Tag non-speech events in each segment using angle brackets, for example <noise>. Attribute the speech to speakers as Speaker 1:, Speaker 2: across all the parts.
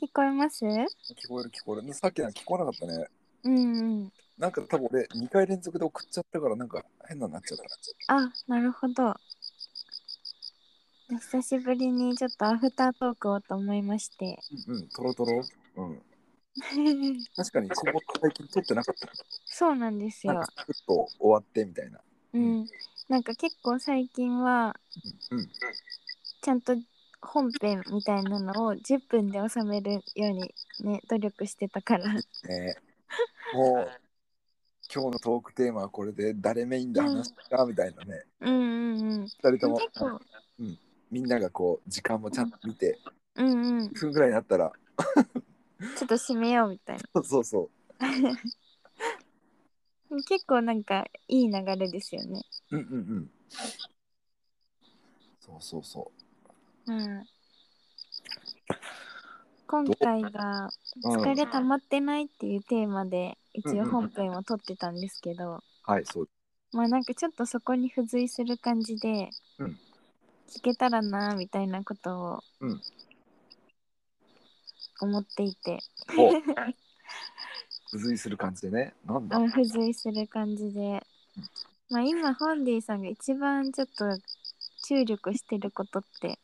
Speaker 1: 聞こえます
Speaker 2: 聞こえる聞こえる。さっきのは聞こえなかったね。
Speaker 1: うんうん。
Speaker 2: なんか多分俺2回連続で送っちゃったからなんか変なのになっちゃった。
Speaker 1: あ、なるほど。久しぶりにちょっとアフタートークをと思いまして。 <laughs>
Speaker 2: うん、トロトロ。うん。確かにここ最近撮ってなかった。
Speaker 1: そうなんです
Speaker 2: なん
Speaker 1: よ
Speaker 2: か。サクッと終わってみたいな。
Speaker 1: うん。なんか結構最近は、
Speaker 2: うん。
Speaker 1: ちゃんと本編みたいなのを10分で収めるようにね、努力してたから。
Speaker 2: ねえもう今日のトークテーマはこれで誰メインで話したかみたいなね。
Speaker 1: うんうんうん。
Speaker 2: 二人
Speaker 1: で
Speaker 2: と
Speaker 1: も
Speaker 2: も
Speaker 1: 結構、
Speaker 2: みんながこう時間もちゃんと見て
Speaker 1: うんうん。
Speaker 2: 1分ぐらいになったら
Speaker 1: ちょっと締めようみたいな。
Speaker 2: そうそうそう。
Speaker 1: 結構なんかいい流れですよね。
Speaker 2: うんうんうん。そうそうそ
Speaker 1: うん。今回が「
Speaker 2: う。うん
Speaker 1: 疲れ溜まってない」っていうテーマで一
Speaker 2: うんう
Speaker 1: 応
Speaker 2: ん
Speaker 1: 本編を撮ってたんですけど、
Speaker 2: はい、そう。
Speaker 1: まあなんかちょっとそこに付随する感じで
Speaker 2: うん
Speaker 1: 聞けたらなみたいなことを
Speaker 2: うん
Speaker 1: 思っていて、 <laughs>
Speaker 2: お付随する感じでね。なんだ
Speaker 1: うん、付随する感じで、まあ、今ホンディさんが一番ちょっと注力してることって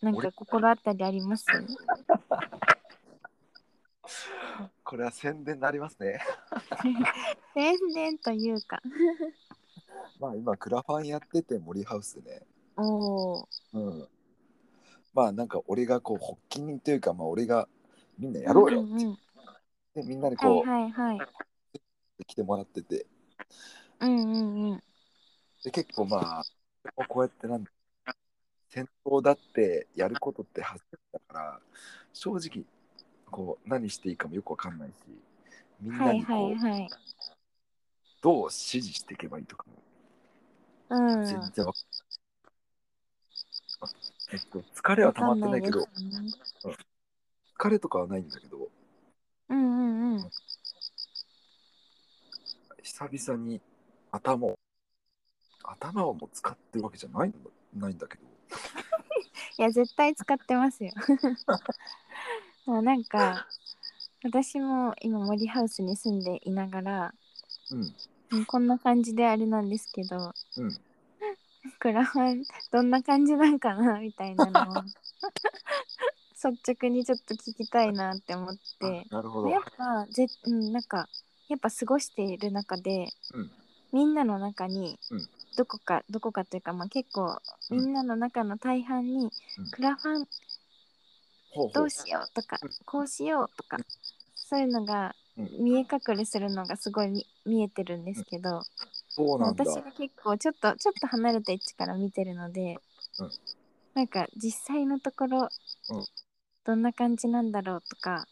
Speaker 1: なんか心当たりあります
Speaker 2: これは宣伝になりますね。
Speaker 1: 宣伝というか
Speaker 2: まあ今、クラファンやってて、森ハウスでね。
Speaker 1: おお
Speaker 2: うん。まあなんか俺がこう、発起人というか、まあ俺がみんなやろうよ。
Speaker 1: んうん
Speaker 2: でみんなに
Speaker 1: はい
Speaker 2: こ、
Speaker 1: うはいはい
Speaker 2: 来てもらってて。
Speaker 1: うんうんうん
Speaker 2: で、結構まあ、こうやってなんだ戦闘だってやることって初めてだから、正直、こう、何していいかもよくわかんないし、みん
Speaker 1: は
Speaker 2: ないにこう、
Speaker 1: はいはい
Speaker 2: どう指示していけばいいとかも
Speaker 1: うん
Speaker 2: 全然わかんない、えっと、疲れは溜まってないけ
Speaker 1: わ
Speaker 2: ど
Speaker 1: か、んないですね
Speaker 2: 疲れとかはないんだけど、
Speaker 1: うんうんうん
Speaker 2: 久々に頭を、頭をもう使ってるわけじゃないんだないんだけど、
Speaker 1: いや絶対使ってますよ <laughs> もうなんか私も今森ハウスに住んでいながら
Speaker 2: うん、
Speaker 1: こんな感じであれなんですけど、
Speaker 2: うん
Speaker 1: クラファンどんな感じなんかなみたいなのを率直にちょっと聞きたいなって思って
Speaker 2: なるほど。
Speaker 1: やっぱぜ、うん、なんかやっぱ過ごしている中で、
Speaker 2: うん
Speaker 1: みんなの中に
Speaker 2: うん
Speaker 1: どこかどこかというか、まあ、結構
Speaker 2: うん
Speaker 1: みんなの中の大半に、
Speaker 2: うん
Speaker 1: クラファン
Speaker 2: ほうほ
Speaker 1: ど
Speaker 2: う
Speaker 1: うしようとか
Speaker 2: うん
Speaker 1: こうしようとかそういうのが
Speaker 2: うん
Speaker 1: 見え隠れするのがすごいみ見えてるんですけど。
Speaker 2: そうなんだ
Speaker 1: 私。が結構ちょっとちょっと離れた位置から見てるので、
Speaker 2: うん
Speaker 1: なんか実際のところ、
Speaker 2: うん
Speaker 1: どんな感じなんだろうとか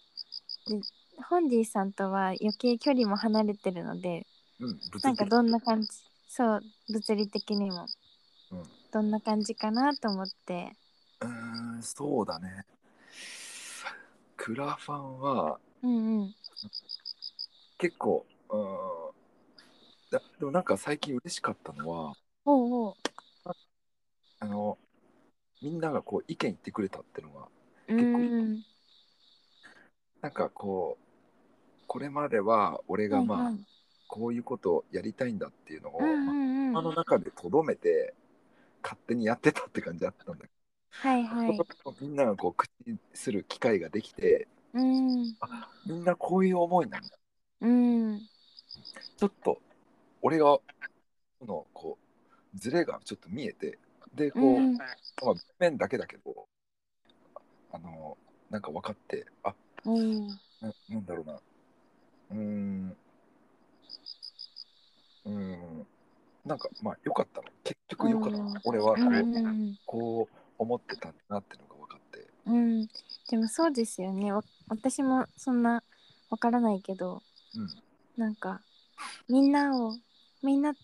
Speaker 1: でホンディさんとは余計距離も離れてるので
Speaker 2: うん、ぶつ
Speaker 1: なんか
Speaker 2: け
Speaker 1: どんな感じそう物理的にも、
Speaker 2: うん
Speaker 1: どんな感じかなと思って
Speaker 2: うーん、そうだね。クラファンは
Speaker 1: うんうん
Speaker 2: 結構、うーん、だでもなんか最近嬉しかったのは、
Speaker 1: おうおう
Speaker 2: あの、みんながこう意見言ってくれたってのが、
Speaker 1: うん
Speaker 2: 構
Speaker 1: うん
Speaker 2: なんかこうこれまでは俺がまあ、
Speaker 1: はいはい
Speaker 2: こういうことをやりたいんだっていうのを、
Speaker 1: うん
Speaker 2: まあ
Speaker 1: うんう
Speaker 2: 頭
Speaker 1: ん
Speaker 2: の中でとどめて勝手にやってたって感じだったんだけ
Speaker 1: はい
Speaker 2: ど、
Speaker 1: はい
Speaker 2: みんながこう口にする機会ができて
Speaker 1: うん
Speaker 2: みんなこういう思いなんだ
Speaker 1: うん
Speaker 2: ちょっと俺がこのこうズレがちょっと見えてでこう、
Speaker 1: うん
Speaker 2: まあ、面だけだけどあのなんか分かってあ
Speaker 1: うん
Speaker 2: ななんだろうな。うーん。うーん。なんか、まあ、よかったの。結局よかった
Speaker 1: うん
Speaker 2: の。俺はこう,、
Speaker 1: うんうん
Speaker 2: こう思ってたんだなってのが分かって。
Speaker 1: うん、でもそうですよねわ私もそんなわからないけど
Speaker 2: うん。
Speaker 1: なんかみんなをみんな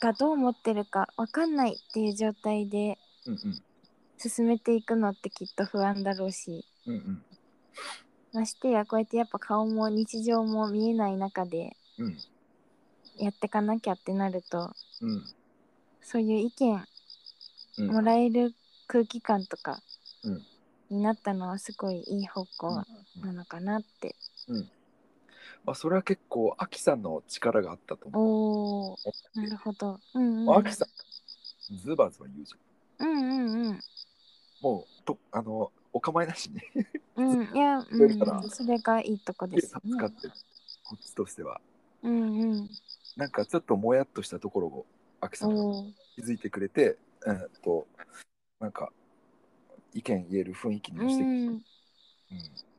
Speaker 1: がどう思ってるかわかんないっていう状態で
Speaker 2: うんうん。
Speaker 1: 進めていくのってきっと不安だろうし
Speaker 2: うんうん。
Speaker 1: ましてやこうやってやっぱ顔も日常も見えない中で
Speaker 2: うん。
Speaker 1: やってかなきゃってなると
Speaker 2: うん。
Speaker 1: そういう意見
Speaker 2: うん。
Speaker 1: もらえる空気感とか、
Speaker 2: うん
Speaker 1: になったのはすごいいい方向なのかなって。
Speaker 2: まあ、それは結構アキさんの力があったと思う。
Speaker 1: おおなるほど。うんうん。
Speaker 2: まあ、アキさんズバズバ言うじゃん。
Speaker 1: うんうんうん。
Speaker 2: もうとあのお構いなしに
Speaker 1: うん、いや、う
Speaker 2: れから
Speaker 1: ん、それがいいとこです
Speaker 2: <laughs> 使
Speaker 1: よ
Speaker 2: っ
Speaker 1: ね。
Speaker 2: てるこっちとしては
Speaker 1: うんうん。
Speaker 2: なんかちょっともやっとしたところをアキさんが
Speaker 1: おー
Speaker 2: 気づいてくれて、えーっとなんか意見言える雰囲気に
Speaker 1: う
Speaker 2: もして、うん
Speaker 1: ん、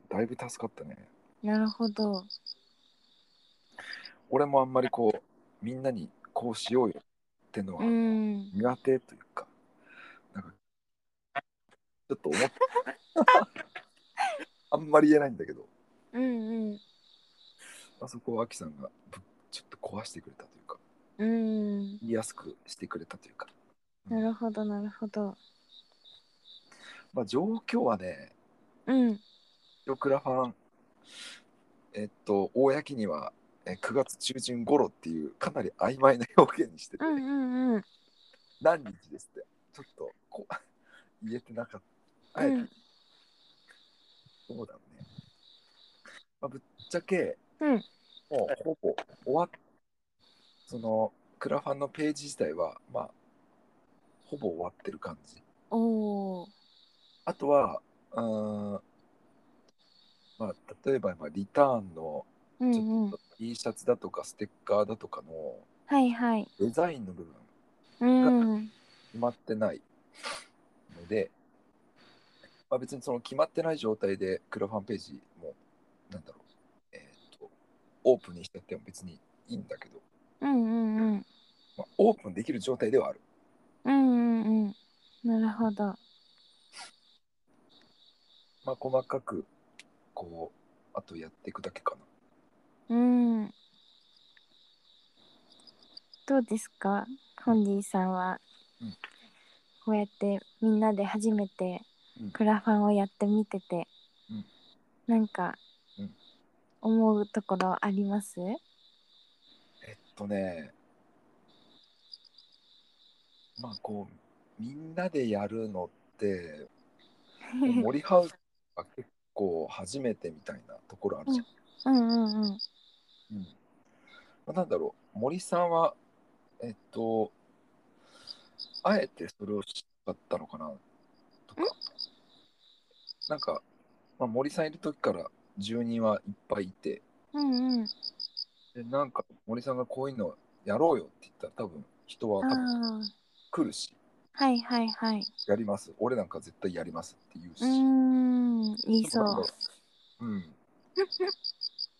Speaker 2: だいぶ助かったね
Speaker 1: なるほど。
Speaker 2: 俺もあんまりこうみんなにこうしようよってのは
Speaker 1: うん。
Speaker 2: 苦手というか、なんかちょっと思っ
Speaker 1: <laughs>
Speaker 2: あんまり言えないんだけど
Speaker 1: うんうん。
Speaker 2: あそこはアキさんがぶちょっと壊してくれたというか
Speaker 1: うん。
Speaker 2: 言いやすくしてくれたというか
Speaker 1: なるほど、なるほど。
Speaker 2: まあ、状況はね、
Speaker 1: うん。
Speaker 2: ヨクラファン、えっと、公にはえー9月中旬頃っていうかなり曖昧な表現にしてて、
Speaker 1: うんうんうん。
Speaker 2: 何日ですって、ちょっとこ <laughs> う言えてなかった。あえ
Speaker 1: う
Speaker 2: て
Speaker 1: ん。
Speaker 2: そうだね。まあ、ぶっちゃけ、
Speaker 1: うん。
Speaker 2: もうほぼ終わっそのクラファンのページ自体は、まあ、ほぼ終わってる感じ。
Speaker 1: おお。
Speaker 2: あとは、うーんまあ、例えば、まあ、リターンの
Speaker 1: うんうん。
Speaker 2: T シャツだとかステッカーだとかの
Speaker 1: はいはい。
Speaker 2: デザインの部分
Speaker 1: うん。
Speaker 2: 決まってないので、まあ、別にその決まってない状態でクラファンページもなんだろう、えー、とオープンにしちゃっても別にいいんだけど、
Speaker 1: うんうんうん。
Speaker 2: まあ、オープンできる状態ではある
Speaker 1: うんうんうん。なるほど。
Speaker 2: まあ細かくこうあとやっていくだけかな
Speaker 1: うん。どうですかホンディさんは、
Speaker 2: うん
Speaker 1: こうやってみんなで初めて
Speaker 2: うん
Speaker 1: クラファンをやってみてて、
Speaker 2: うん
Speaker 1: なんか
Speaker 2: うん
Speaker 1: 思うところあります
Speaker 2: えっとねまあこうみんなでやるのって
Speaker 1: <laughs>
Speaker 2: 森ハウスは結構初めてみたいなところあるじゃん。
Speaker 1: <laughs> うんうんうん
Speaker 2: うんまあ、なんだろう森さんはえっとあえてそれをしなかったのかなとかなんか、まあ、森さんいる時から住人はいっぱいいて
Speaker 1: うんうん
Speaker 2: でなんか森さんがこういうのやろうよって言ったら多分人は多分
Speaker 1: ああ
Speaker 2: 来るし
Speaker 1: はいはいはい
Speaker 2: やります俺なんか絶対やりますって言うし。
Speaker 1: うーん言いそう
Speaker 2: うん。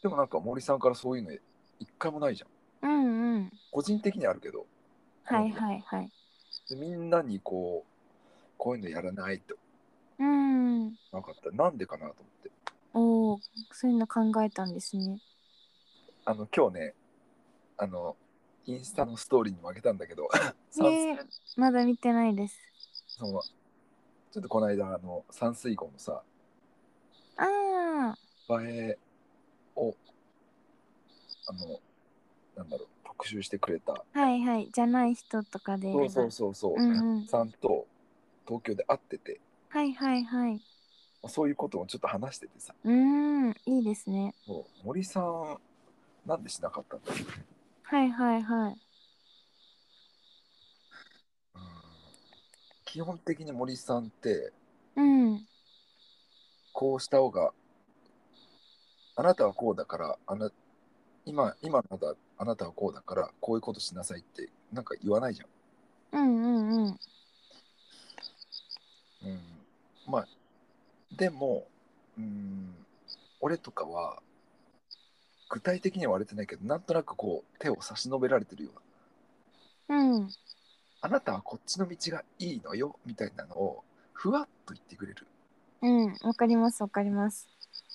Speaker 2: でもなんか森さんからそういうの一回もないじ
Speaker 1: <laughs>
Speaker 2: ゃん。
Speaker 1: うんうん
Speaker 2: 個人的にはあるけど、
Speaker 1: はいはいはい
Speaker 2: でみんなにこう、こういうのやらないと
Speaker 1: うん
Speaker 2: なかった。なんでかなと思って。
Speaker 1: おおそういうの考えたんですね
Speaker 2: あの、今日ね、あの、インスタのストーリーにもあげたんだけど、酸
Speaker 1: えー、まだ見てないです
Speaker 2: そのちょっとこの間、あの、山水号のさ、
Speaker 1: ああ
Speaker 2: 映えを、あの、なんだろう、特集してくれた。
Speaker 1: はいはいじゃない人とかで
Speaker 2: そうそうそうそう、
Speaker 1: うんうん
Speaker 2: さんと東京で会ってて、
Speaker 1: はいはいはい
Speaker 2: そういうことをちょっと話しててさ、
Speaker 1: うーんいいですね
Speaker 2: もう森さん、なんでしなかったんだろう。
Speaker 1: はいはいはい
Speaker 2: うん基本的に森さんって、
Speaker 1: うん
Speaker 2: こうした方が、あなたはこうだから、あな今、今のあなたあなたはこうだから、こういうことしなさいって、なんか言わないじ
Speaker 1: うんうんうん
Speaker 2: ゃん。うん、まあ、でも、うん、俺とかは、具体的には割れてないけど、なんとなくこう、手を差し伸べられてるような。
Speaker 1: うん
Speaker 2: あなたはこっちの道がいいのよみたいなのをふわっと言ってくれる
Speaker 1: うんわかりますわかります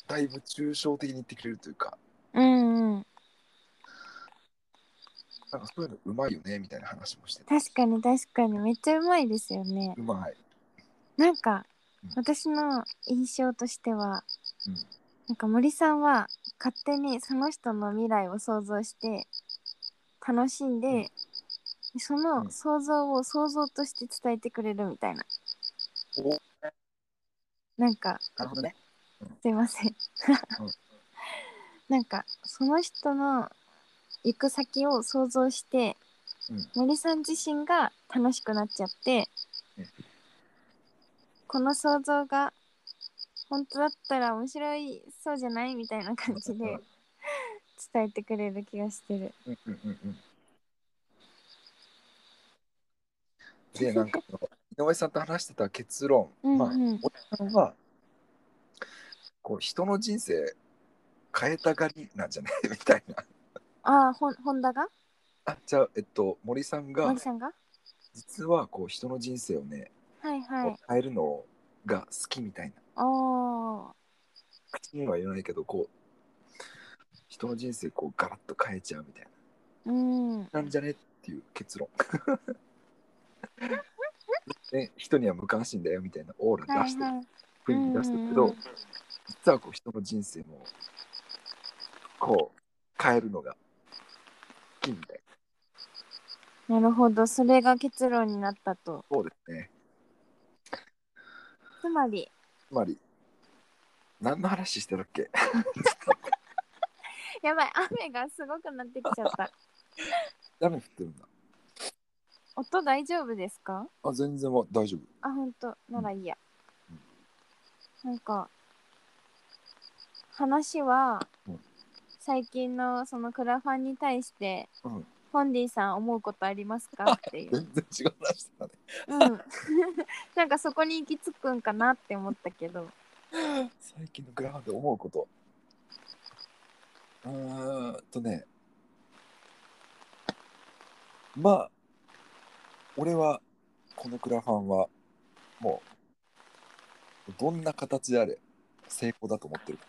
Speaker 2: だいぶ抽象的に言ってくれるというか
Speaker 1: うんうん
Speaker 2: なんかそういうのうまいよねみたいな話もしてた
Speaker 1: 確かに確かにめっちゃうまいですよね
Speaker 2: うまい、
Speaker 1: なんか
Speaker 2: うん
Speaker 1: 私の印象としては
Speaker 2: うん、
Speaker 1: なんか森さんは勝手にその人の未来を想像して楽しんで、
Speaker 2: うん
Speaker 1: そうの
Speaker 2: ん
Speaker 1: 想像を想像として伝えてくれるみたいな
Speaker 2: お
Speaker 1: なんか
Speaker 3: なるほどね。
Speaker 1: すいません
Speaker 2: うん
Speaker 1: なんかその人の行く先を想像して、
Speaker 2: うん
Speaker 1: 森さん自身が楽しくなっちゃって、
Speaker 2: うん
Speaker 1: この想像が本当だったら面白いそうじゃないみたいな感じ
Speaker 2: うんう
Speaker 1: で
Speaker 2: ん
Speaker 1: 伝えてくれる気がしてる。
Speaker 2: うんうんうんうんで、なんか、井上さんと話してた結論、
Speaker 1: うんうん
Speaker 2: まあ、おじさんは、こう、人の人生変えたがりなんじゃない <laughs> みたいな。
Speaker 1: ああほん本田が
Speaker 2: あ、じゃあ、えっと、森さんが
Speaker 1: 森、さんが
Speaker 2: 実は、こう、人の人生をね、
Speaker 1: はいはい。
Speaker 2: 変えるのが好きみたいな。
Speaker 1: おー
Speaker 2: 口には言わないけど、こう、人の人生、こう、ガラッと変えちゃうみたいな。
Speaker 1: うん
Speaker 2: なんじゃねっていう結論。 <laughs> ね、人には無関心だよみたいなオーラ
Speaker 1: は
Speaker 2: 出
Speaker 1: い
Speaker 2: してる、
Speaker 1: はい。
Speaker 2: 雰囲気出してるけ
Speaker 1: うん
Speaker 2: ど、
Speaker 1: うんうん
Speaker 2: 実はこう人の人生もこう変えるのが好きみたいな。
Speaker 1: なるほどそれが結論になったと。
Speaker 2: そうですね。
Speaker 1: つまり
Speaker 2: つまり何の話してたっけ
Speaker 1: やばい雨がすごくなってきちゃ
Speaker 2: <laughs>
Speaker 1: った。
Speaker 2: 雨降ってるんだ。
Speaker 1: 音大丈夫ですか
Speaker 2: あ全然は大丈夫。
Speaker 1: あ本当ならいいや。なんか話は
Speaker 2: うん
Speaker 1: 最近のそのクラファンに対して、
Speaker 2: うん
Speaker 1: ホンディさん思うことありますかって
Speaker 2: <laughs>
Speaker 1: いう。
Speaker 2: 全然違う話してたね。
Speaker 1: うん、 <laughs> なんかそこに行き着くんかなって思ったけ
Speaker 2: <laughs>
Speaker 1: ど。
Speaker 2: 最近のグラファンで思うこと。うーんとね。まあ、俺は、このグラファンは、もう、どんな形であれ、成功だと思ってる。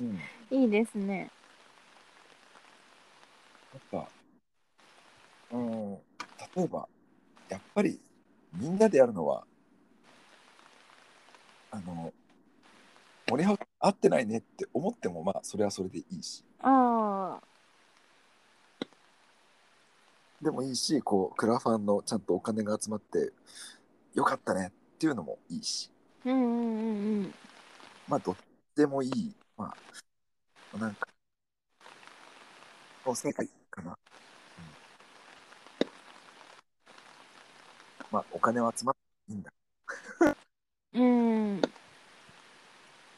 Speaker 2: うん。や
Speaker 1: いいですね。
Speaker 2: っぱ、うん、例えば、やっぱり、みんなでやるのは、あの、俺は合ってないねって思っても、まあ、それはそれでいいし。
Speaker 1: ああ、
Speaker 2: でもいいしこうクラファンのちゃんとお金が集まってよかったねっていうのもいいし
Speaker 1: うんうんうんうん。
Speaker 2: まあどっちでもいいまあなんかお正解かな、うんまあお金は集まっていいんだ
Speaker 1: うん。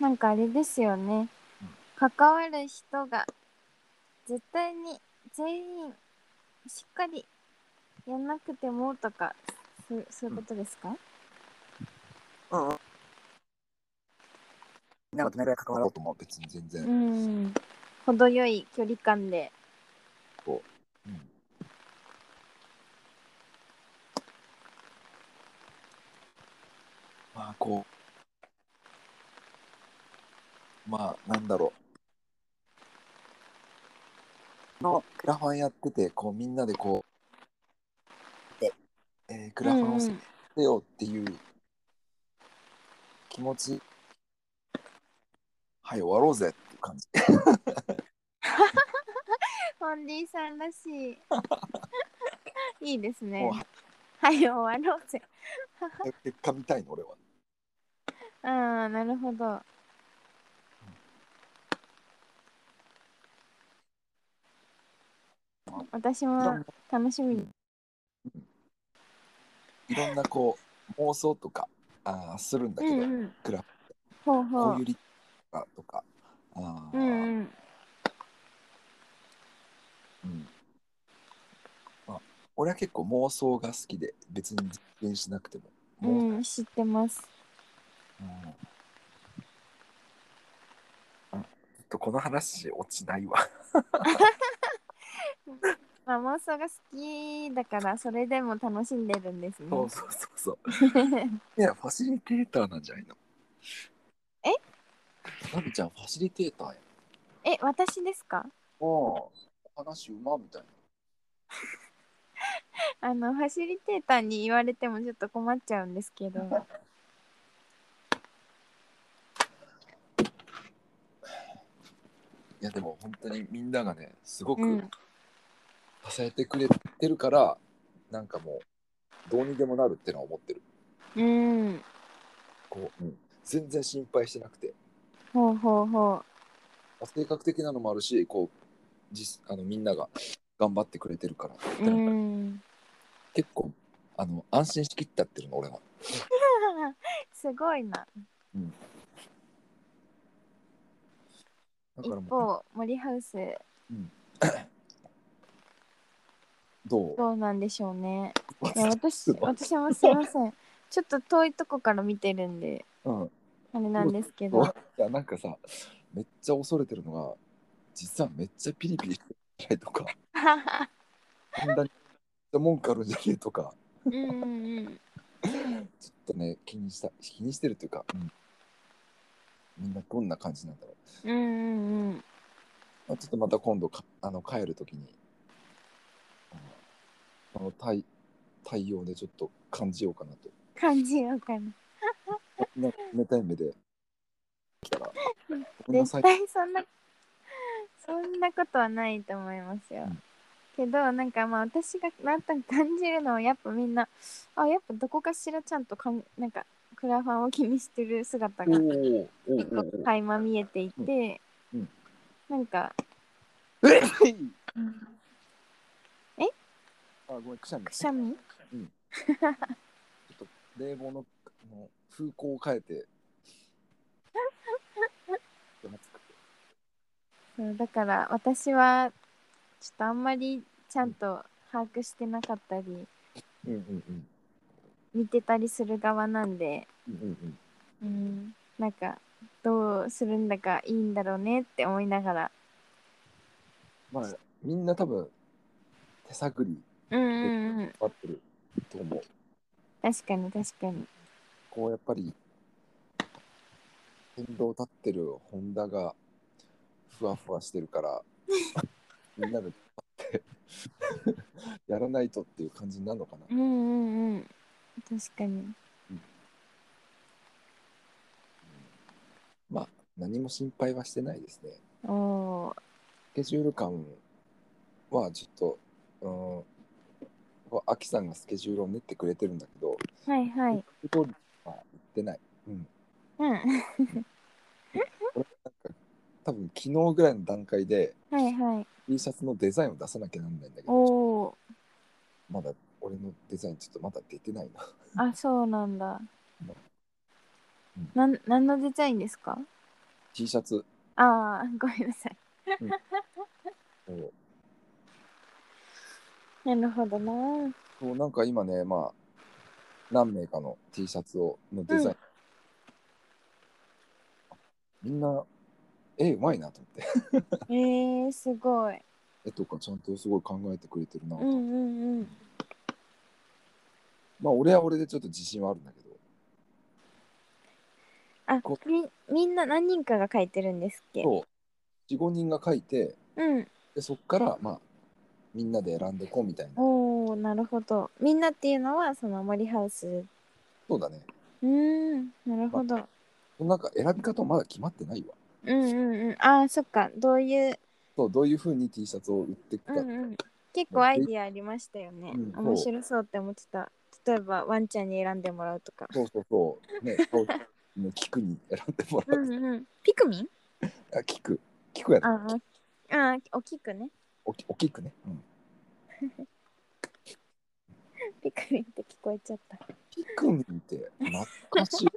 Speaker 1: なんかあれですよね。関わる人が絶対に全員しっかりやんなくてもとかそうそういうことですか、
Speaker 3: みんながどのぐらい関
Speaker 2: 関わ
Speaker 3: わ
Speaker 2: ろ
Speaker 3: ろ
Speaker 2: うとも別に全然、
Speaker 1: うん。程よい距離感で。
Speaker 2: うんまあこうまあなんだろうのクラファンやっててこうみんなでこうで、えークラファンを
Speaker 1: う
Speaker 2: せ
Speaker 1: ん
Speaker 2: よっていう気持ち、はい終わろうぜっていう感じ
Speaker 1: ホンディさんらしい。 <laughs> いいですね
Speaker 2: もうは。
Speaker 1: はい、終わろうぜ。
Speaker 2: 結果見たいの俺は
Speaker 1: ああ、なるほど。私も楽しみに。
Speaker 2: いろんなこう妄想とかあーするんだけど、
Speaker 1: うん
Speaker 2: クラフ
Speaker 1: ほう
Speaker 2: こ
Speaker 1: ほ
Speaker 2: ういう
Speaker 1: う。
Speaker 2: リカとかあー、
Speaker 1: うんうん。
Speaker 2: うんまあ、俺は結構妄想が好きで別に実現しなくても、もう
Speaker 1: うん、知ってます。
Speaker 2: うんあちょっとこの話落ちないわ
Speaker 1: まあ、妄想が好きだから、それでも楽しんでるんですね。
Speaker 2: そうそう
Speaker 1: <laughs>
Speaker 2: そうそういやファシリテーターなんじゃないの
Speaker 1: え
Speaker 2: ナミちゃんファシリテーターや
Speaker 1: え、私ですか
Speaker 2: お話うまみたいな
Speaker 1: あの、ファシリテーターに言われてもちょっと困っちゃうんですけど。
Speaker 2: いやでも本当にみんながねすご
Speaker 1: う
Speaker 2: く
Speaker 1: ん。
Speaker 2: 支えてくれてるから、なんかもうどうにでもなるってのは思ってる
Speaker 1: うん。
Speaker 2: こう、うん全然心配してなくて
Speaker 1: ほうほうほ
Speaker 2: 性格的なのもあるしこう実あのみんなが頑張ってくれてるから、
Speaker 1: う。うん。 <laughs>
Speaker 2: 結構あの安心しきったってるの俺は。
Speaker 1: すごいな。
Speaker 2: だか
Speaker 1: 一
Speaker 2: らも
Speaker 1: 方、森ハウス、
Speaker 2: うどう
Speaker 1: どうなんでしょうね。いや
Speaker 2: う <laughs>
Speaker 1: 私、私もすいません。ちょっと遠いとこから見てるんで、
Speaker 2: ん、
Speaker 1: あれなんですけ
Speaker 2: そう <laughs>
Speaker 1: ど。
Speaker 2: いやなんかさめっちゃ恐れてるのが実はめっちゃピリピリしてたりとかこんなに文句あるんじゃねえとか
Speaker 1: うんうんうん。
Speaker 2: ちょっとね気にした気にしてるというか、うんみんなどんな感じなんだろ
Speaker 1: う
Speaker 2: う、
Speaker 1: んうんうん。
Speaker 2: まあ、ちょっとまた今度かあの帰る時にあのあの対対応でちょっと感じようかなと
Speaker 1: 感じようかな。
Speaker 2: みんな冷たい目で来たらごめんなさ
Speaker 1: <laughs> 絶
Speaker 2: い
Speaker 1: 対そんな、そんなことはないと思いますよ。
Speaker 2: うん
Speaker 1: けど、なんかまあ私がなんとなく感じるのは、やっぱみんな、あ、やっぱどこかしらちゃんとかん、なんか、クラファンを気にしてる姿
Speaker 2: お
Speaker 1: が
Speaker 2: ーお
Speaker 1: 結
Speaker 2: ーお
Speaker 1: 構
Speaker 2: ー
Speaker 1: 垣間見えていて、
Speaker 2: うんうん
Speaker 1: なんか、
Speaker 2: おーえい
Speaker 1: え
Speaker 2: あごめんくしゃみ
Speaker 1: くしゃみ
Speaker 2: ちょっと冷房のあの風向を変
Speaker 1: <laughs>
Speaker 2: えて。
Speaker 1: そうだから私はちょっとあんまりちゃんと把握してなかったり
Speaker 2: うんうんうん
Speaker 1: 見てたりする側なんで、
Speaker 2: うんうん
Speaker 1: う
Speaker 2: うん。
Speaker 1: ん、なんかどうするんだかいいんだろうねって思いながら、
Speaker 2: まあみんな多分手探り
Speaker 1: うんうんうん、
Speaker 2: 待ってると思う。
Speaker 1: 確かに確かに
Speaker 2: こうやっぱり先頭立ってるホンダがふわふわしてるから
Speaker 1: <laughs>
Speaker 2: みんなで立って <laughs> やらないとっていう感じになるのかな。
Speaker 1: うんうんうん確かに
Speaker 2: まあ何も心配はしてないですね。
Speaker 1: おお
Speaker 2: スケジュール感はちょっと、うん、アキさんがスケジュールを練ってくれてるんだけど、
Speaker 1: ーはいはい
Speaker 2: 一通りは行ってない。うん。
Speaker 1: うん <laughs> はい
Speaker 2: 多分昨日ぐらいの段階で
Speaker 1: はい
Speaker 2: T シャツのデザインを出さなきゃなんないんだけ
Speaker 1: お
Speaker 2: ど、
Speaker 1: お
Speaker 2: まだ俺のデザインちょっとまだ出てないな。
Speaker 1: あそうなんだ
Speaker 2: うん
Speaker 1: なん何のデザインですか
Speaker 2: T シャツ
Speaker 1: ああごめんなさい
Speaker 2: を、
Speaker 1: なるほどなー
Speaker 2: そうなんか今ね、まあ、何名かの T シャツをのデザイン。みんな、え、うまいなと思って。 <laughs>
Speaker 1: えー、すごい。
Speaker 2: 絵とかちゃんとすごい考えてくれてるなと
Speaker 1: うんうんうん。
Speaker 2: まあ俺は俺でちょっと自信はあるんだけど、
Speaker 1: あ
Speaker 2: こ
Speaker 1: みみんな何人かが書いてるんですっけう
Speaker 2: そう45人が書いて
Speaker 1: ん。
Speaker 2: でそっからまあみんなで選んでこうみたいな
Speaker 1: おー、なるほど。みんなっていうのはその森ハウス。う
Speaker 2: そうだね
Speaker 1: ーん、なるほど。
Speaker 2: なんか選び方まだ決まってないわ
Speaker 1: うんうんうん。あー、そっか。どういう。
Speaker 2: そうどういうふうに T シャツを売っていく
Speaker 1: う
Speaker 2: か、
Speaker 1: んうん。結構アイディアありましたよね。
Speaker 2: うんそう
Speaker 1: 面白そうって思ってた。例えばワンちゃんに選んでもらうとか。
Speaker 2: そうそうそうねそう <laughs> ね菊に選んでも
Speaker 1: う
Speaker 2: らう、
Speaker 1: んうん。ピクミン
Speaker 2: あ菊菊やな
Speaker 1: あーあー、おきくね。
Speaker 2: おきお菊ね、うん、
Speaker 1: ピクミンって聞こえちゃった。
Speaker 2: ピクミンって懐かしいね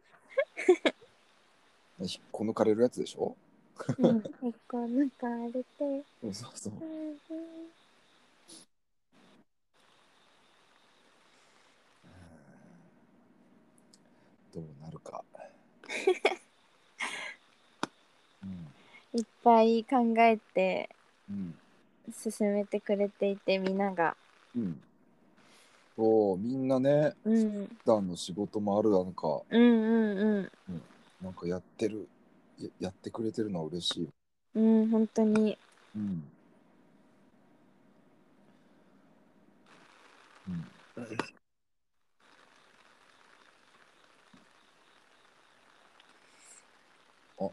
Speaker 2: 引っこ抜かれるやつでしょ
Speaker 1: うん。 <laughs> 結構なんかあれて。
Speaker 2: うんそうそうどうなるか、うん
Speaker 1: いっぱい考えて
Speaker 2: うん
Speaker 1: 進めてくれていてみんなが
Speaker 2: うん。そう、みんなね、
Speaker 1: うん
Speaker 2: 普段の仕事もあるなんか、
Speaker 1: うんうん
Speaker 2: なんかやってる、ややってくれてるのは嬉しい。
Speaker 1: うんうん本当に
Speaker 2: うん。うん、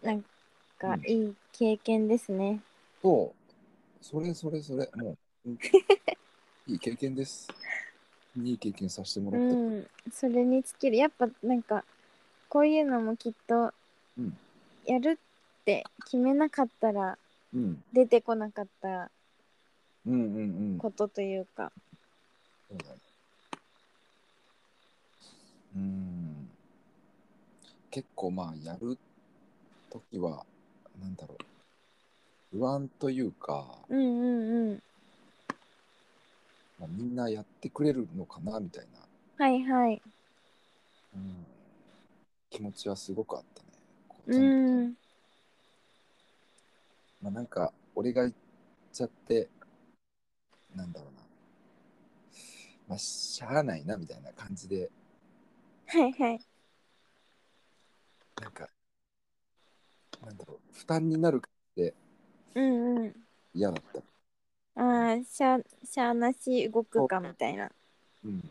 Speaker 1: なん
Speaker 2: う
Speaker 1: か
Speaker 2: ん
Speaker 1: いい経験ですね、
Speaker 2: そう、それそれそれ、もう、うんいい経験です。いい経験させても
Speaker 1: う
Speaker 2: らって。
Speaker 1: ん、それに尽きるやっぱなんかこういうのもきっと
Speaker 2: うん
Speaker 1: やるって決めなかったら
Speaker 2: うん
Speaker 1: 出てこなかった
Speaker 2: うんうんうん
Speaker 1: ことというか、
Speaker 2: そうだねうん結構まあやるときはなんだろう不安というか、
Speaker 1: うんうんうん
Speaker 2: まあ、みんなやってくれるのかなみたいな、
Speaker 1: はいはい
Speaker 2: うん、気持ちはすごくあったね。こうちゃ
Speaker 1: うん
Speaker 2: と
Speaker 1: ん
Speaker 2: まあ、なんか俺が言っちゃってなんだろうなまあしゃあないなみたいな感じで
Speaker 1: はいはい
Speaker 2: なんかなんだろう負担になるって
Speaker 1: うんうん
Speaker 2: 嫌だった、
Speaker 1: ああしゃしゃあなし動くかみたいな
Speaker 2: うんうん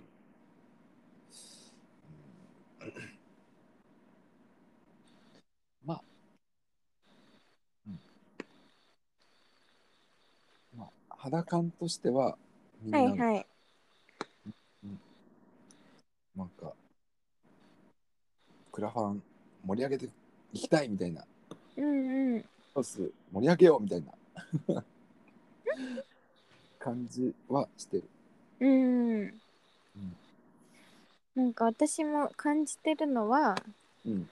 Speaker 2: まあ、うん、まあ肌感としてはみん
Speaker 1: は
Speaker 2: ないの
Speaker 1: はい
Speaker 2: なんかクラファン盛り上げていきたいみたいな
Speaker 1: うんうん
Speaker 2: そうっす盛り上げようみたいな <laughs> 感じはしてる。
Speaker 1: うんうん
Speaker 2: うん
Speaker 1: なんか私も感じてるのは
Speaker 2: うん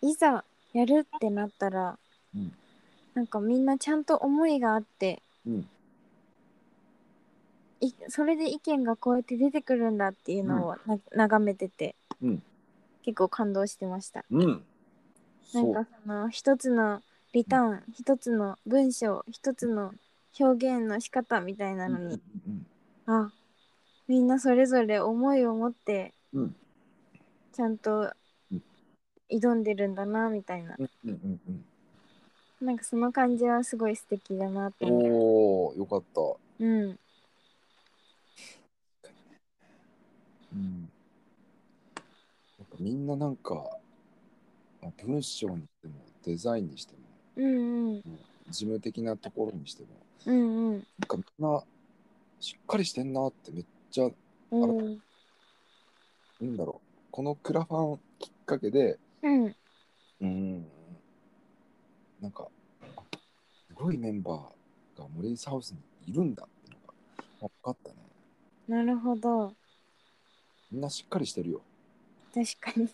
Speaker 1: いざやるってなったら
Speaker 2: うん
Speaker 1: なんかみんなちゃんと思いがあって
Speaker 2: うん
Speaker 1: いそれで意見がこうやって出てくるんだっていうのをな、眺めてて、
Speaker 2: うん
Speaker 1: 結構感動してました
Speaker 2: うん
Speaker 1: な
Speaker 2: そ
Speaker 1: ん
Speaker 2: う
Speaker 1: かその一つのリターン一つの文章一つの表現の仕方みたいな
Speaker 2: うん
Speaker 1: の
Speaker 2: うん
Speaker 1: に、
Speaker 2: うん
Speaker 1: あみんなそれぞれ思いを持って
Speaker 2: うん
Speaker 1: ちゃんと
Speaker 2: うん
Speaker 1: 挑んでるんだなみたいな
Speaker 2: うんうんうん
Speaker 1: なんかその感じはすごい素敵だなと
Speaker 2: うん
Speaker 1: 思
Speaker 2: おおよかった。
Speaker 1: ううん
Speaker 2: うん、やっぱみんななんか、まあ、文章にしてもデザインにしても
Speaker 1: うんうん
Speaker 2: 事務的なところにしても
Speaker 1: うんうん
Speaker 2: なんかみんなしっかりしてんなってめっちゃ
Speaker 1: うん
Speaker 2: なんだろうこのクラファンきっかけで
Speaker 1: うん
Speaker 2: うんなんかあすごいメンバーがモレイスハウスにいるんだってのが分かったね
Speaker 1: なるほど
Speaker 2: みんなしっかりしてるよ
Speaker 1: 確かに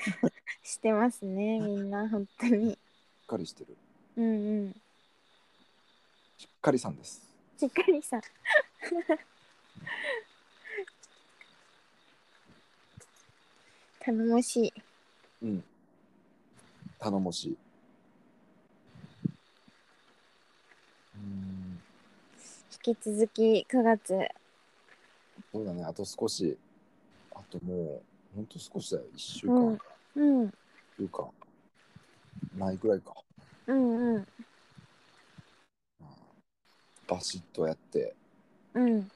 Speaker 1: <laughs> してますねみんな本当に
Speaker 2: しっかりしてる
Speaker 1: うんうん
Speaker 2: しっかりさんです
Speaker 1: しっかりさん頼もしい
Speaker 2: うん頼もしいうん
Speaker 1: 引き続き9月
Speaker 2: そうだねあと少しあともうほんと少しだよ1週間、
Speaker 1: うんうん
Speaker 2: 1週間ないぐらいか
Speaker 1: うんうん
Speaker 2: バシッとやって
Speaker 1: うん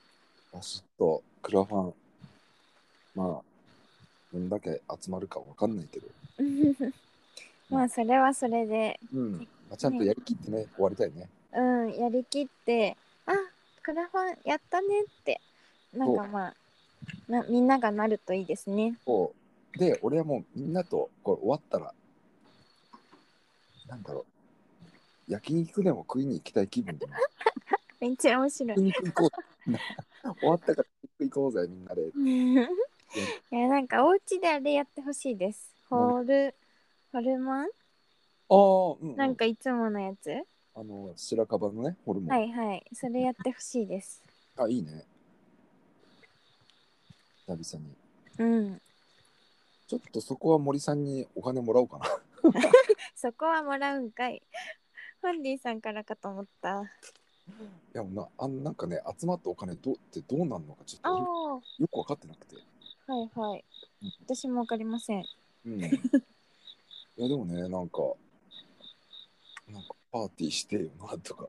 Speaker 2: バシッとクラファンまあどんだけ集まるかわかんないけど、
Speaker 1: まあそれはそれで
Speaker 2: うんまあ、ちゃんとやりきってね終わりたいね
Speaker 1: うんやりきってあクラファンやったねってなんかまあなみんながなるといいですね
Speaker 2: こうで俺はもうみんなとこれ終わったらなんだろう焼肉でも食いに行きたい気分で <laughs> も
Speaker 1: めっちゃ面白い
Speaker 2: 焼肉行こう終わったから焼肉行こうぜみんなで
Speaker 1: <laughs> いやなんかお家であれやってほしいですホールホルマン
Speaker 2: ああうん、
Speaker 1: なんかいつものやつ
Speaker 2: あの白樺のねホルモン、
Speaker 1: はいはいそれやってほしいです
Speaker 2: あいいね久々に
Speaker 1: うん
Speaker 2: ちょっとそこは森さんにお金もらおうかな
Speaker 1: そこはもらうんかいファンディさんからかと思った
Speaker 2: いやなあんなんかね集まったお金どうってどうなんのかちょっ
Speaker 1: あ
Speaker 2: と
Speaker 1: あ
Speaker 2: よく分かってなくて
Speaker 1: はいはい
Speaker 2: うん。
Speaker 1: 私もわかりません。 <laughs>
Speaker 2: うんいやでもねなんかなんかパーティーしてよなとか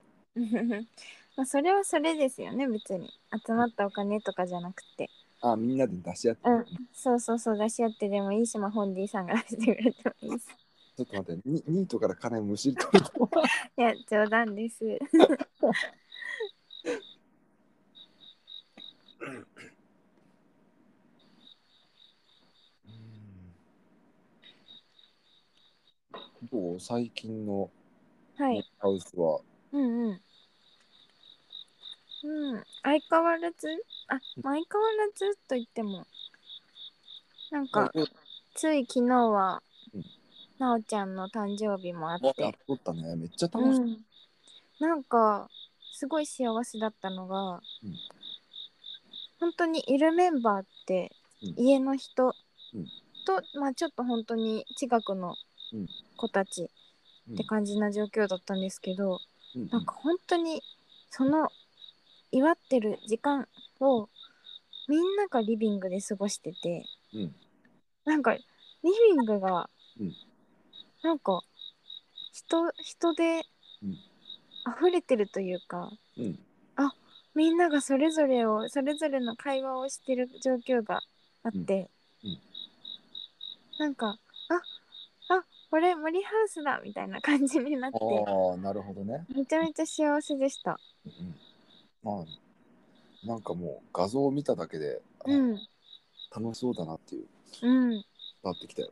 Speaker 1: まあそれはそれですよね、別に。集まったお金とかじゃなくて。
Speaker 2: あみんなで出し合って、
Speaker 1: うん
Speaker 2: ち
Speaker 1: そうそうそう、出し合ってでもいいし、まあ、ホンディさんが出してくれてもいいし。 <laughs>
Speaker 2: ょっと待ってニニートから金むしり取ると
Speaker 1: いや、冗談です。
Speaker 2: どう最近の
Speaker 1: はい。
Speaker 2: ハウスは、
Speaker 1: うんうん。うん、相変わらず、あ、まあ相変わらずと言っても、なんか、
Speaker 2: あ
Speaker 1: つい昨日は
Speaker 2: うん、
Speaker 1: なおちゃんの誕生日もあって、
Speaker 2: 撮ったねめっちゃ楽し
Speaker 1: う
Speaker 2: い、
Speaker 1: ん、なんか、すごい幸せだったのが、
Speaker 2: うん
Speaker 1: 本当にいるメンバーって、
Speaker 2: うん
Speaker 1: 家の人
Speaker 2: うん
Speaker 1: と、まあちょっと本当に近くの
Speaker 2: うん
Speaker 1: 子たち
Speaker 2: うん
Speaker 1: って感じな状況だったんですけど、
Speaker 2: うんうん
Speaker 1: なんか本当にその祝ってる時間をみんながリビングで過ごしてて
Speaker 2: うん
Speaker 1: なんかリビングが、
Speaker 2: うん
Speaker 1: なんか人人で
Speaker 2: うん
Speaker 1: 溢れてるというか
Speaker 2: うん
Speaker 1: みんながそれぞれをそれぞれの会話をしてる状況があって、
Speaker 2: うんうん
Speaker 1: なんかああこれ森ハウスだみたいな感じになって
Speaker 2: ああなるほどね、
Speaker 1: めちゃめちゃ幸せでした。
Speaker 2: うんまあなんかもう画像を見ただけで、あ
Speaker 1: うん
Speaker 2: 楽しそうだなっていう
Speaker 1: うん
Speaker 2: なってきたよ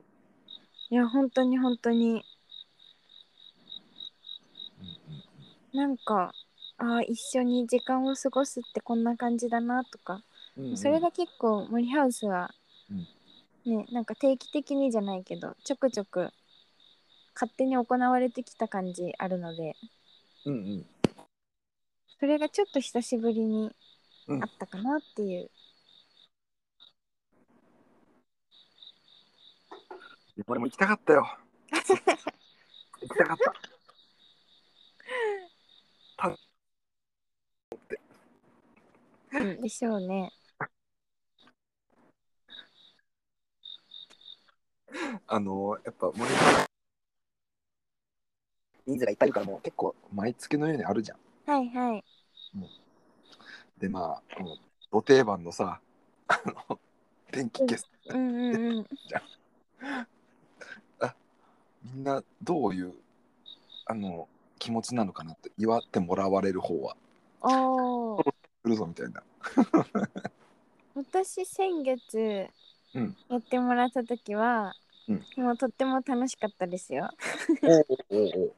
Speaker 1: いや本当に本当になんかあー一緒に時間を過ごすってこんな感じだなとか、
Speaker 2: うんうん
Speaker 1: それが結構森ハウスは、
Speaker 2: うん
Speaker 1: ねなんか定期的にじゃないけどちょくちょく勝手に行われてきた感じあるので
Speaker 2: うんうん
Speaker 1: それがちょっと久しぶりに
Speaker 2: うん
Speaker 1: あったかなっていう、
Speaker 2: 俺も行きたかったよ行きたかった
Speaker 1: うんでしょうね
Speaker 2: あのやっぱ森人数がいっぱいいるからもう結構毎月のようにあるじゃん
Speaker 1: はいはい
Speaker 2: でまあもう土定番のさあの電気消す
Speaker 1: うんうんうん
Speaker 2: みんなどういうあの気持ちなのかなって祝ってもらわれる方は
Speaker 1: おー
Speaker 2: 来るぞみたいな
Speaker 1: 私先月
Speaker 2: うん
Speaker 1: やってもらった時は、
Speaker 2: うん
Speaker 1: もうとっても楽しかったですよ。
Speaker 2: おうおうおう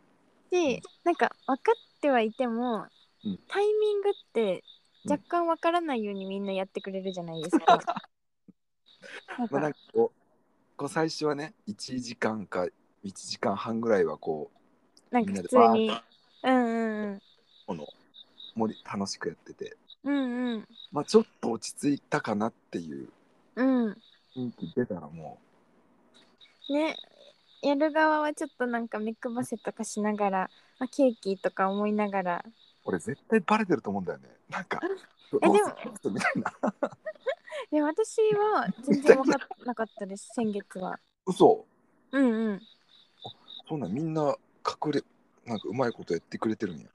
Speaker 1: しなんか分かってはいても、
Speaker 2: うん
Speaker 1: タイミングって若干分からないようにみんなやってくれるじゃないですか。なん
Speaker 2: <laughs> まあ、
Speaker 1: か
Speaker 2: なんかこうこう最初はね1時間か1時間半ぐらいはこ
Speaker 1: なんか普通にうんうん
Speaker 2: うこの森楽しくやってて、
Speaker 1: うんうん
Speaker 2: まあ、ちょっと落ち着いたかなっていう
Speaker 1: うんうん
Speaker 2: 雰囲気出たらも
Speaker 1: ねやる側はちょっとなんか目くばせとかしながらあケーキとか思いながら
Speaker 2: う俺絶対バレてると思うんだよねな
Speaker 1: <laughs>
Speaker 2: んか「
Speaker 1: でも
Speaker 2: もみたいな
Speaker 1: で私は全然分かってなかった
Speaker 2: <laughs>
Speaker 1: です先月は。
Speaker 2: 嘘
Speaker 1: うんうん
Speaker 2: そんなんみんな隠れなんかうまいことやってくれてるんや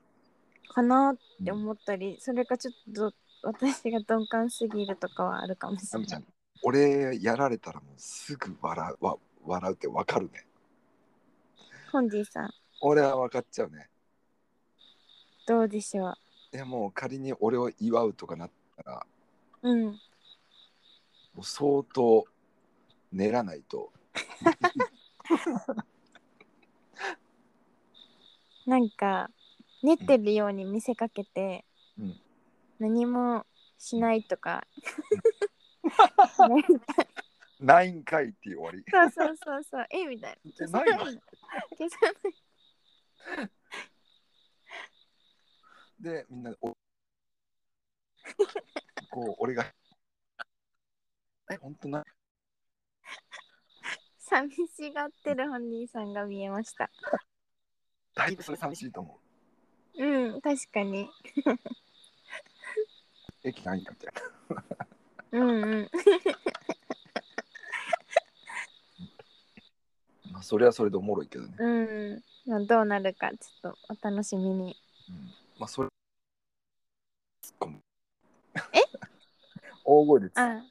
Speaker 1: かなって思ったり、それかちょっと私が鈍感すぎるとかはあるかもし
Speaker 2: ナ
Speaker 1: れ
Speaker 2: ミち
Speaker 1: な
Speaker 2: ゃ
Speaker 1: い
Speaker 2: ん。俺やられたらもうすぐ笑うわ笑うってわかるね
Speaker 1: ホンディさん
Speaker 2: 俺は分かっちゃうね
Speaker 1: どうでしょ
Speaker 2: いやもう仮に俺を祝うとかなったら
Speaker 1: ううん
Speaker 2: もう相当練らないと <laughs>
Speaker 1: なんか寝てるように見せかけて、
Speaker 2: うん
Speaker 1: 何もしないと
Speaker 2: <laughs>
Speaker 1: か、ね
Speaker 2: ないんかいっていう終わり
Speaker 1: そうそうそうそうえみたいな消さ <laughs>
Speaker 2: ないの
Speaker 1: ないの消さない
Speaker 2: でみんなでお <laughs> こう俺がえ本当な
Speaker 1: 寂しがってるホンディさんが見えました
Speaker 2: だいぶそれ寂しいと思
Speaker 1: うん確かに
Speaker 2: う駅ないんだみたいな
Speaker 1: うんうん
Speaker 2: まあそれはそれでおもろいけどね、
Speaker 1: うんまあどうなるかちょっとお楽しみに
Speaker 2: うんまあそれ突っ込むえ <laughs> 大声で突っ込む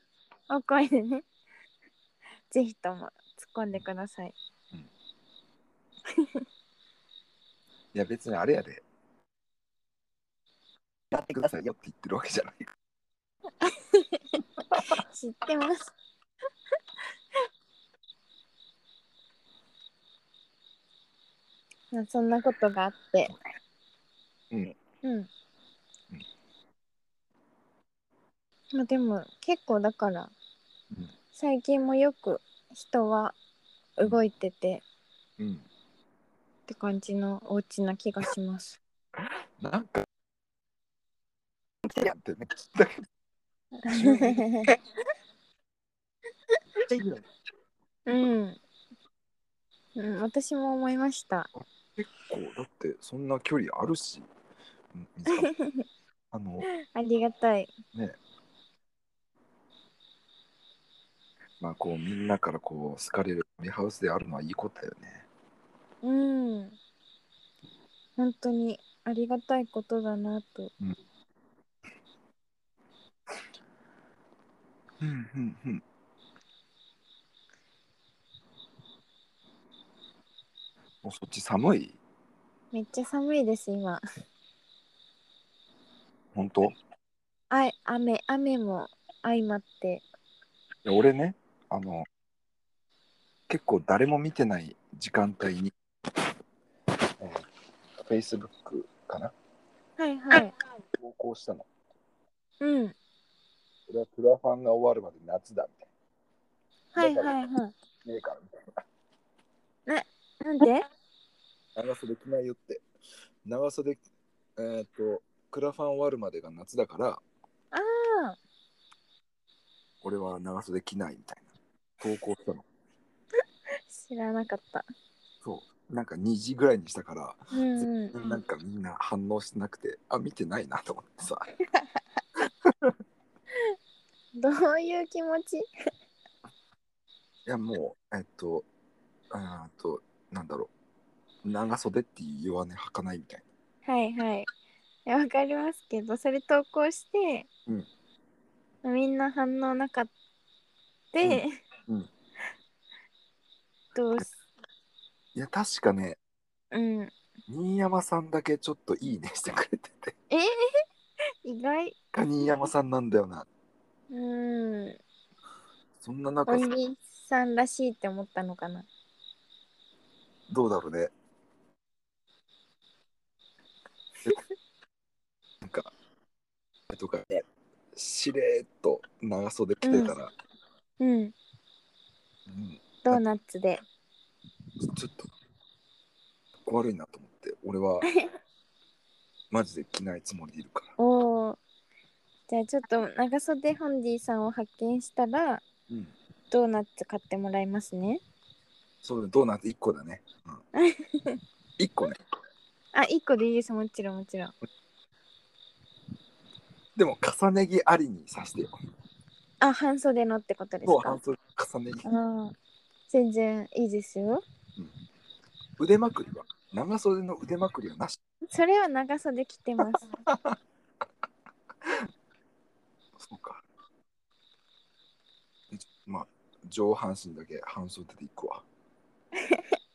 Speaker 1: あ、お声でね。ぜひとも突っ込んでください。
Speaker 2: いや別にあれやで。やってくださいよって言ってるわけじゃない。
Speaker 1: 知ってます。まあ <laughs> そんなことがあって。
Speaker 2: うん。
Speaker 1: うん。まあでも結構だから、
Speaker 2: うん
Speaker 1: 最近もよく人は動いてて
Speaker 2: うん。
Speaker 1: って感じのお家な気がし <laughs> ます。
Speaker 2: なんか、やってね、だけど
Speaker 1: うん。うん、私も思いました。
Speaker 2: 結構だってそんな距離あるし、うん見つか <laughs> ったあの
Speaker 1: ありがたい。
Speaker 2: まあこうみんなからこう好かれるミハウスであるのはいいことだよね。
Speaker 1: うん。本当にありがたいことだなと。
Speaker 2: うんうんうん。もうそっち寒い
Speaker 1: めっちゃ寒いです、今。
Speaker 2: 本当い
Speaker 1: あ雨、雨も相まって。
Speaker 2: や俺ねあの結構誰も見てない時間帯に、えー、Facebook かな
Speaker 1: はいはい。
Speaker 2: 投稿したの。
Speaker 1: うん。
Speaker 2: 俺はプラファンが終わるまで夏だみたい
Speaker 1: はいはいは
Speaker 2: な。ねえからみたいな。
Speaker 1: い。なんで
Speaker 2: 長袖着ないよって長袖えーっ、とクラファン終わるまでが夏だから
Speaker 1: ああ、
Speaker 2: 俺は長袖着ないみたいな投稿したの
Speaker 1: <laughs> 知らなかった。
Speaker 2: そうなんか2時ぐらいにしたから、
Speaker 1: うんう
Speaker 2: なん
Speaker 1: ん。
Speaker 2: かみんな反応してなくてあ見てないなと思ってさ
Speaker 1: どういう気持ち
Speaker 2: いやもうえーっ、とあーっとなんだろう長袖っていう弱音吐かないみたい
Speaker 1: はいはい。いやわかりますけど、それ投稿して、みんな反応なかった。で
Speaker 2: うんうん
Speaker 1: どうし、
Speaker 2: ないや確かね
Speaker 1: うん。
Speaker 2: 新山さんだけちょっといいねしてくれてて
Speaker 1: えー、意外。
Speaker 2: が新山さんなんだよな
Speaker 1: うん。
Speaker 2: そんな中
Speaker 1: オンリーさんらしいって思ったのかな。
Speaker 2: どうだろうね。なんか、とか、しれーっと長袖着てたら、
Speaker 1: うん。
Speaker 2: うん
Speaker 1: ドーナツで。
Speaker 2: ちょっと、かっこ悪いなと思って、俺は、マジで着ないつもりでいるから。
Speaker 1: <laughs> おお。じゃあちょっと長袖ホンディさんを発見したら、
Speaker 2: うん、
Speaker 1: ドーナツ買ってもらいますね。
Speaker 2: そうね、ドーナツ1個だね。うん、1個ね。
Speaker 1: あ、1個でいいです。もちろんもちろん。
Speaker 2: でも、重ね着ありにさしてよ。
Speaker 1: あ、半袖のってことです
Speaker 2: そう、
Speaker 1: か
Speaker 2: 半。袖重ね着。
Speaker 1: ああ、全然いいですよ。
Speaker 2: 腕まくりは、長袖の腕まくりはなし。
Speaker 1: それは長袖着て <laughs> ます。
Speaker 2: そうか。でちょまあ、上半身だけ半袖でいくわ。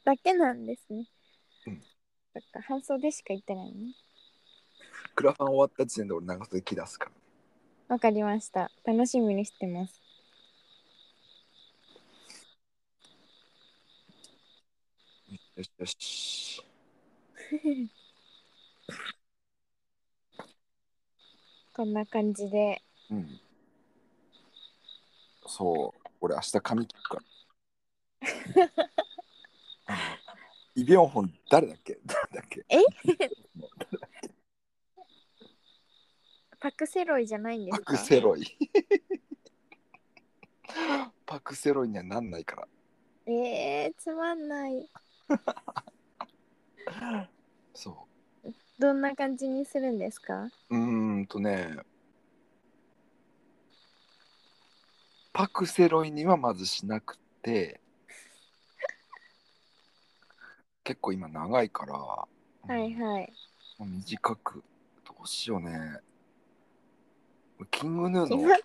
Speaker 1: だけなんですね。
Speaker 2: うん
Speaker 1: そっか、半袖しか行ってないのね。
Speaker 2: クラファン終わった時点で俺長袖着出すから。
Speaker 1: わかりました。楽しみにしてます。
Speaker 2: よしよし。
Speaker 1: こんな感じで。
Speaker 2: うん。そう、俺明日髪切るから。あのイ・ビョンホン誰だっけ誰だっけ
Speaker 1: えパクセロイじゃないんで
Speaker 2: パ
Speaker 1: す
Speaker 2: ク
Speaker 1: か
Speaker 2: セロイ。 <laughs> パクセロイにはなんないから。
Speaker 1: えー、つまんない。
Speaker 2: そう。
Speaker 1: どんな感じにするんですか
Speaker 2: うーんとねパクセロイにはまずしなくて結構今長いから、
Speaker 1: はいはい。
Speaker 2: うん短くどうしようねキングヌー
Speaker 1: 決
Speaker 2: の
Speaker 1: まっ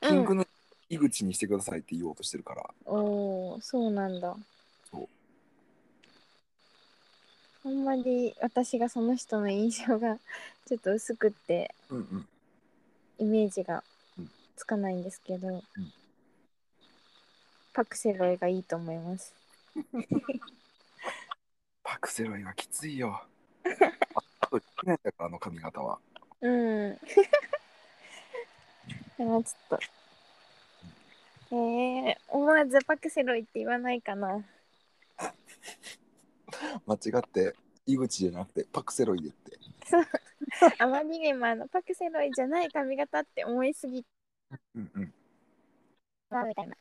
Speaker 2: キ
Speaker 1: て
Speaker 2: ング
Speaker 1: うん。
Speaker 2: ヌー井口にしてくださいって言おうとしてるから、
Speaker 1: おお、そうなんだ
Speaker 2: そ
Speaker 1: あ
Speaker 2: う。
Speaker 1: んまり私がその人の印象が <laughs> ちょっと薄くって
Speaker 2: うんうん、
Speaker 1: イメージが
Speaker 2: うん
Speaker 1: つかないんですけど、パクセロイがいいと思います。
Speaker 2: パククセロイはきついよ。あと、できないんだから、あの髪型は。
Speaker 1: うん。 <laughs> でもちょっと。えー、思わずパクセロイって言わないかな。
Speaker 2: 間違って、井口じゃなくて、パクセロイでって。
Speaker 1: あまりにもあのパクセロイじゃない髪型って思いすぎ
Speaker 2: うんうん。
Speaker 1: たみたいな。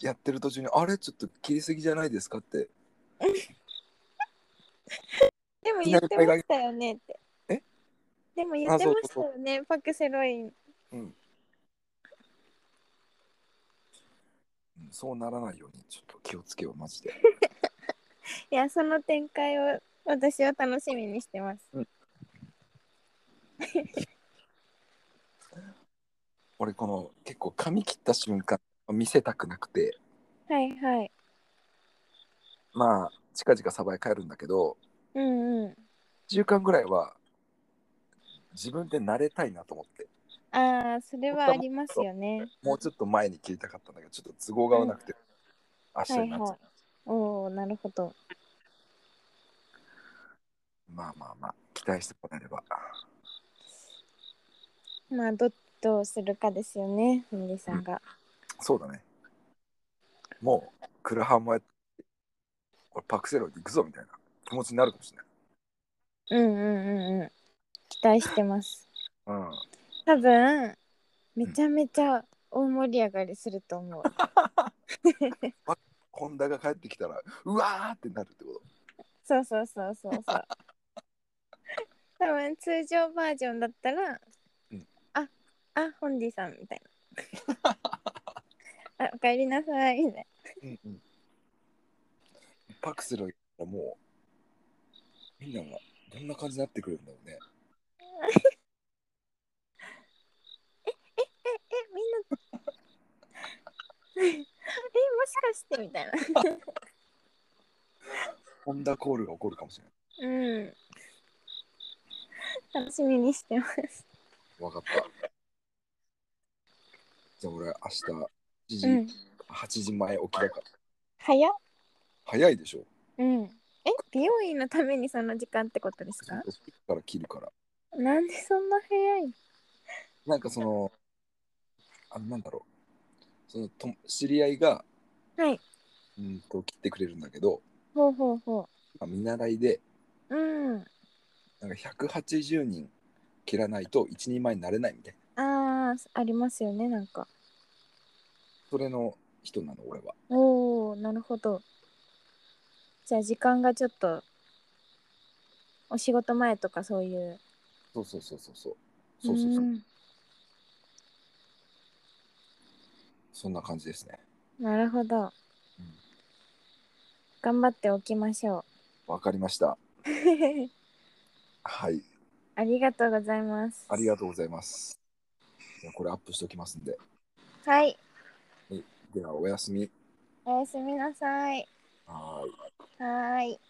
Speaker 2: やってる途中に、あれ、ちょっと切りすぎじゃないですかって。
Speaker 1: でも言ってましたよねって。
Speaker 2: え
Speaker 1: でも言ってましたよね、パクセロイ。
Speaker 2: うん。うんそうならないように、ちょっと気をつけよう、マジで。 <laughs>
Speaker 1: いや、その展開を私は楽しみにしてます。
Speaker 2: 俺、この、結構髪切った瞬間、見せたくなくて、
Speaker 1: はいはい。
Speaker 2: まあ、近々サバへ帰るんだけど、
Speaker 1: うんうん。
Speaker 2: 1週間ぐらいは、自分で慣れたいなと思って。
Speaker 1: ああ、それはありますよね。
Speaker 2: もうちょっと前に切りたかったんだけど、ちょっと都合が合わなくて、明日になっちゃう
Speaker 1: はいはおお、なるほど。
Speaker 2: まあまあまあ、期待してもらえれば。
Speaker 1: まあ、どどうするかですよね、ミリさんが。
Speaker 2: そうだね。もう、クルハンもやって、俺パクセロイで行くぞみたいな気持ちになるかもしれない。
Speaker 1: うんうんうんうん。期待してます。
Speaker 2: うん。
Speaker 1: 多分、めちゃめちゃ大盛り上がりすると思う。
Speaker 2: ホンダが帰ってきたら、うわーってなるってこ
Speaker 1: そうそうそうそう <laughs> そう。多分通常バージョンだったら、
Speaker 2: うん
Speaker 1: ああホンディさんみたい <laughs> な。あおかえりなさいみたい
Speaker 2: と。うんうん。パクセロイはもう、みんながどんな感じになってくれるんだろうね。
Speaker 1: な。えみんな。えもしかしてみたいな。
Speaker 2: ホンダコールが起こるかもしれない。
Speaker 1: うん。楽しみにしてます。
Speaker 2: わかった。じゃあ俺、明日7時、
Speaker 1: うん。
Speaker 2: 8時前起きだから。
Speaker 1: 早っ。
Speaker 2: 早いでしょ。
Speaker 1: うん。え美容院のためにその時間ってことですか
Speaker 2: 起きてから切るから。
Speaker 1: なんでそんな早い
Speaker 2: なんかその、あの、なんだろう。そのと知り合いが、
Speaker 1: はい。
Speaker 2: うんと切ってくれるんだけど、
Speaker 1: ほうほうほ
Speaker 2: まあ見習いで、
Speaker 1: う。うん。
Speaker 2: なんか180人切らないと一人前になれないみたいな。
Speaker 1: ああ、ありますよね、なんか。
Speaker 2: それの人なの、俺は。
Speaker 1: おお、なるほど。じゃあ、時間がちょっと、お仕事前とかそういう。
Speaker 2: そうそうそうそうそう。そうそうそうう。
Speaker 1: ん
Speaker 2: そんな感じですね。
Speaker 1: なるほど
Speaker 2: うん。
Speaker 1: 頑張っておきましょ
Speaker 2: わかりました。
Speaker 1: う。
Speaker 2: はい。
Speaker 1: <laughs> ありがとうございます。
Speaker 2: ありがとうございます。じゃあこれアップしておきますんで。
Speaker 1: はい、
Speaker 2: では、おやすみ。
Speaker 1: おやすみなさい。
Speaker 2: はーい。
Speaker 1: はーい。